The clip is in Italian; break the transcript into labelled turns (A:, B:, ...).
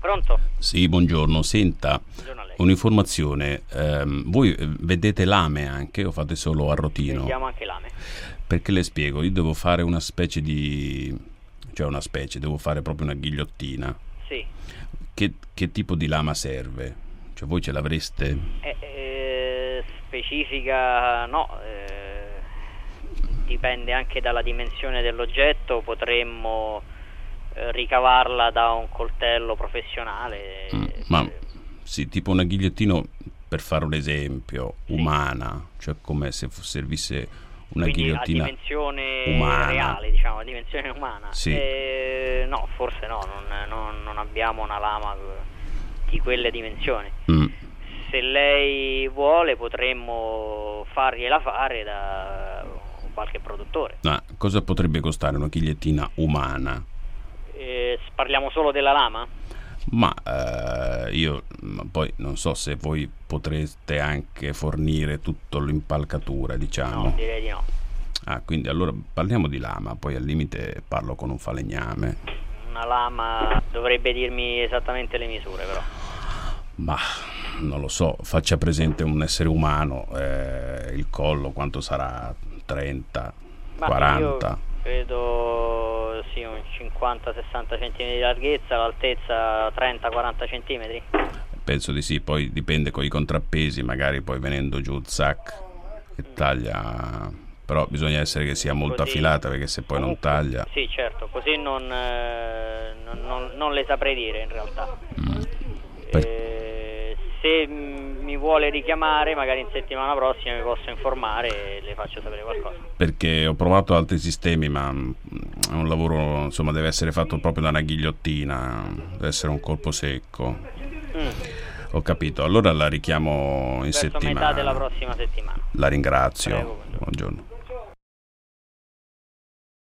A: Pronto?
B: Sì, buongiorno. Senta,
A: Buongiorno a lei.
B: un'informazione. ehm, voi eh, vendete lame anche o fate solo a rotino?
A: Vendiamo anche lame.
B: Perché le spiego, io devo fare una specie di... cioè una specie, devo fare proprio una ghigliottina.
A: Sì.
B: Che, che tipo di lama serve? Cioè voi ce l'avreste?
A: Eh, eh, specifica no, eh, dipende anche dalla dimensione dell'oggetto, potremmo eh, ricavarla da un coltello professionale.
B: Mm,
A: eh,
B: ma sì, tipo una ghigliottina, per fare un esempio, umana, cioè come se fu- servisse una
A: quindi a
B: ghigliottina...
A: dimensione
B: umana.
A: reale, diciamo, a dimensione umana.
B: Sì.
A: Eh, no, forse no, non, non- non abbiamo una lama eh, di quelle dimensioni.
B: Mm,
A: Se lei vuole potremmo fargliela fare da qualche produttore.
B: ma Ah, cosa potrebbe costare una ghigliottina umana?
A: Eh, parliamo solo della lama?
B: Ma eh, io ma poi non so se voi potrete anche fornire tutta l'impalcatura, diciamo.
A: No, direi di no.
B: Ah, quindi allora parliamo di lama, poi al limite parlo con un falegname.
A: Una lama dovrebbe dirmi esattamente le misure però.
B: Ma non lo so, faccia presente un essere umano, eh, il collo quanto sarà? 30,
A: Ma
B: 40?
A: Io credo sì, un 50-60 cm di larghezza, l'altezza 30-40 cm.
B: Penso di sì, poi dipende con i contrappesi, magari poi venendo giù, zac, che taglia... Però bisogna essere che sia molto
A: Così.
B: affilata perché se poi non taglia...
A: Sì, certo, così non, eh, non- non- non le saprei dire in realtà.
B: mm. Per-
A: Eh, se mm, mi vuole richiamare, magari in settimana prossima mi posso informare e le faccio sapere qualcosa.
B: perché ho provato altri sistemi, ma mm, è un lavoro, insomma, deve essere fatto proprio da una ghigliottina, deve essere un colpo secco.
A: Mm,
B: Ho capito, allora la richiamo in
A: verso
B: settimana.
A: metà della prossima settimana.
B: La ringrazio.
A: Prego, buongiorno.
B: buongiorno.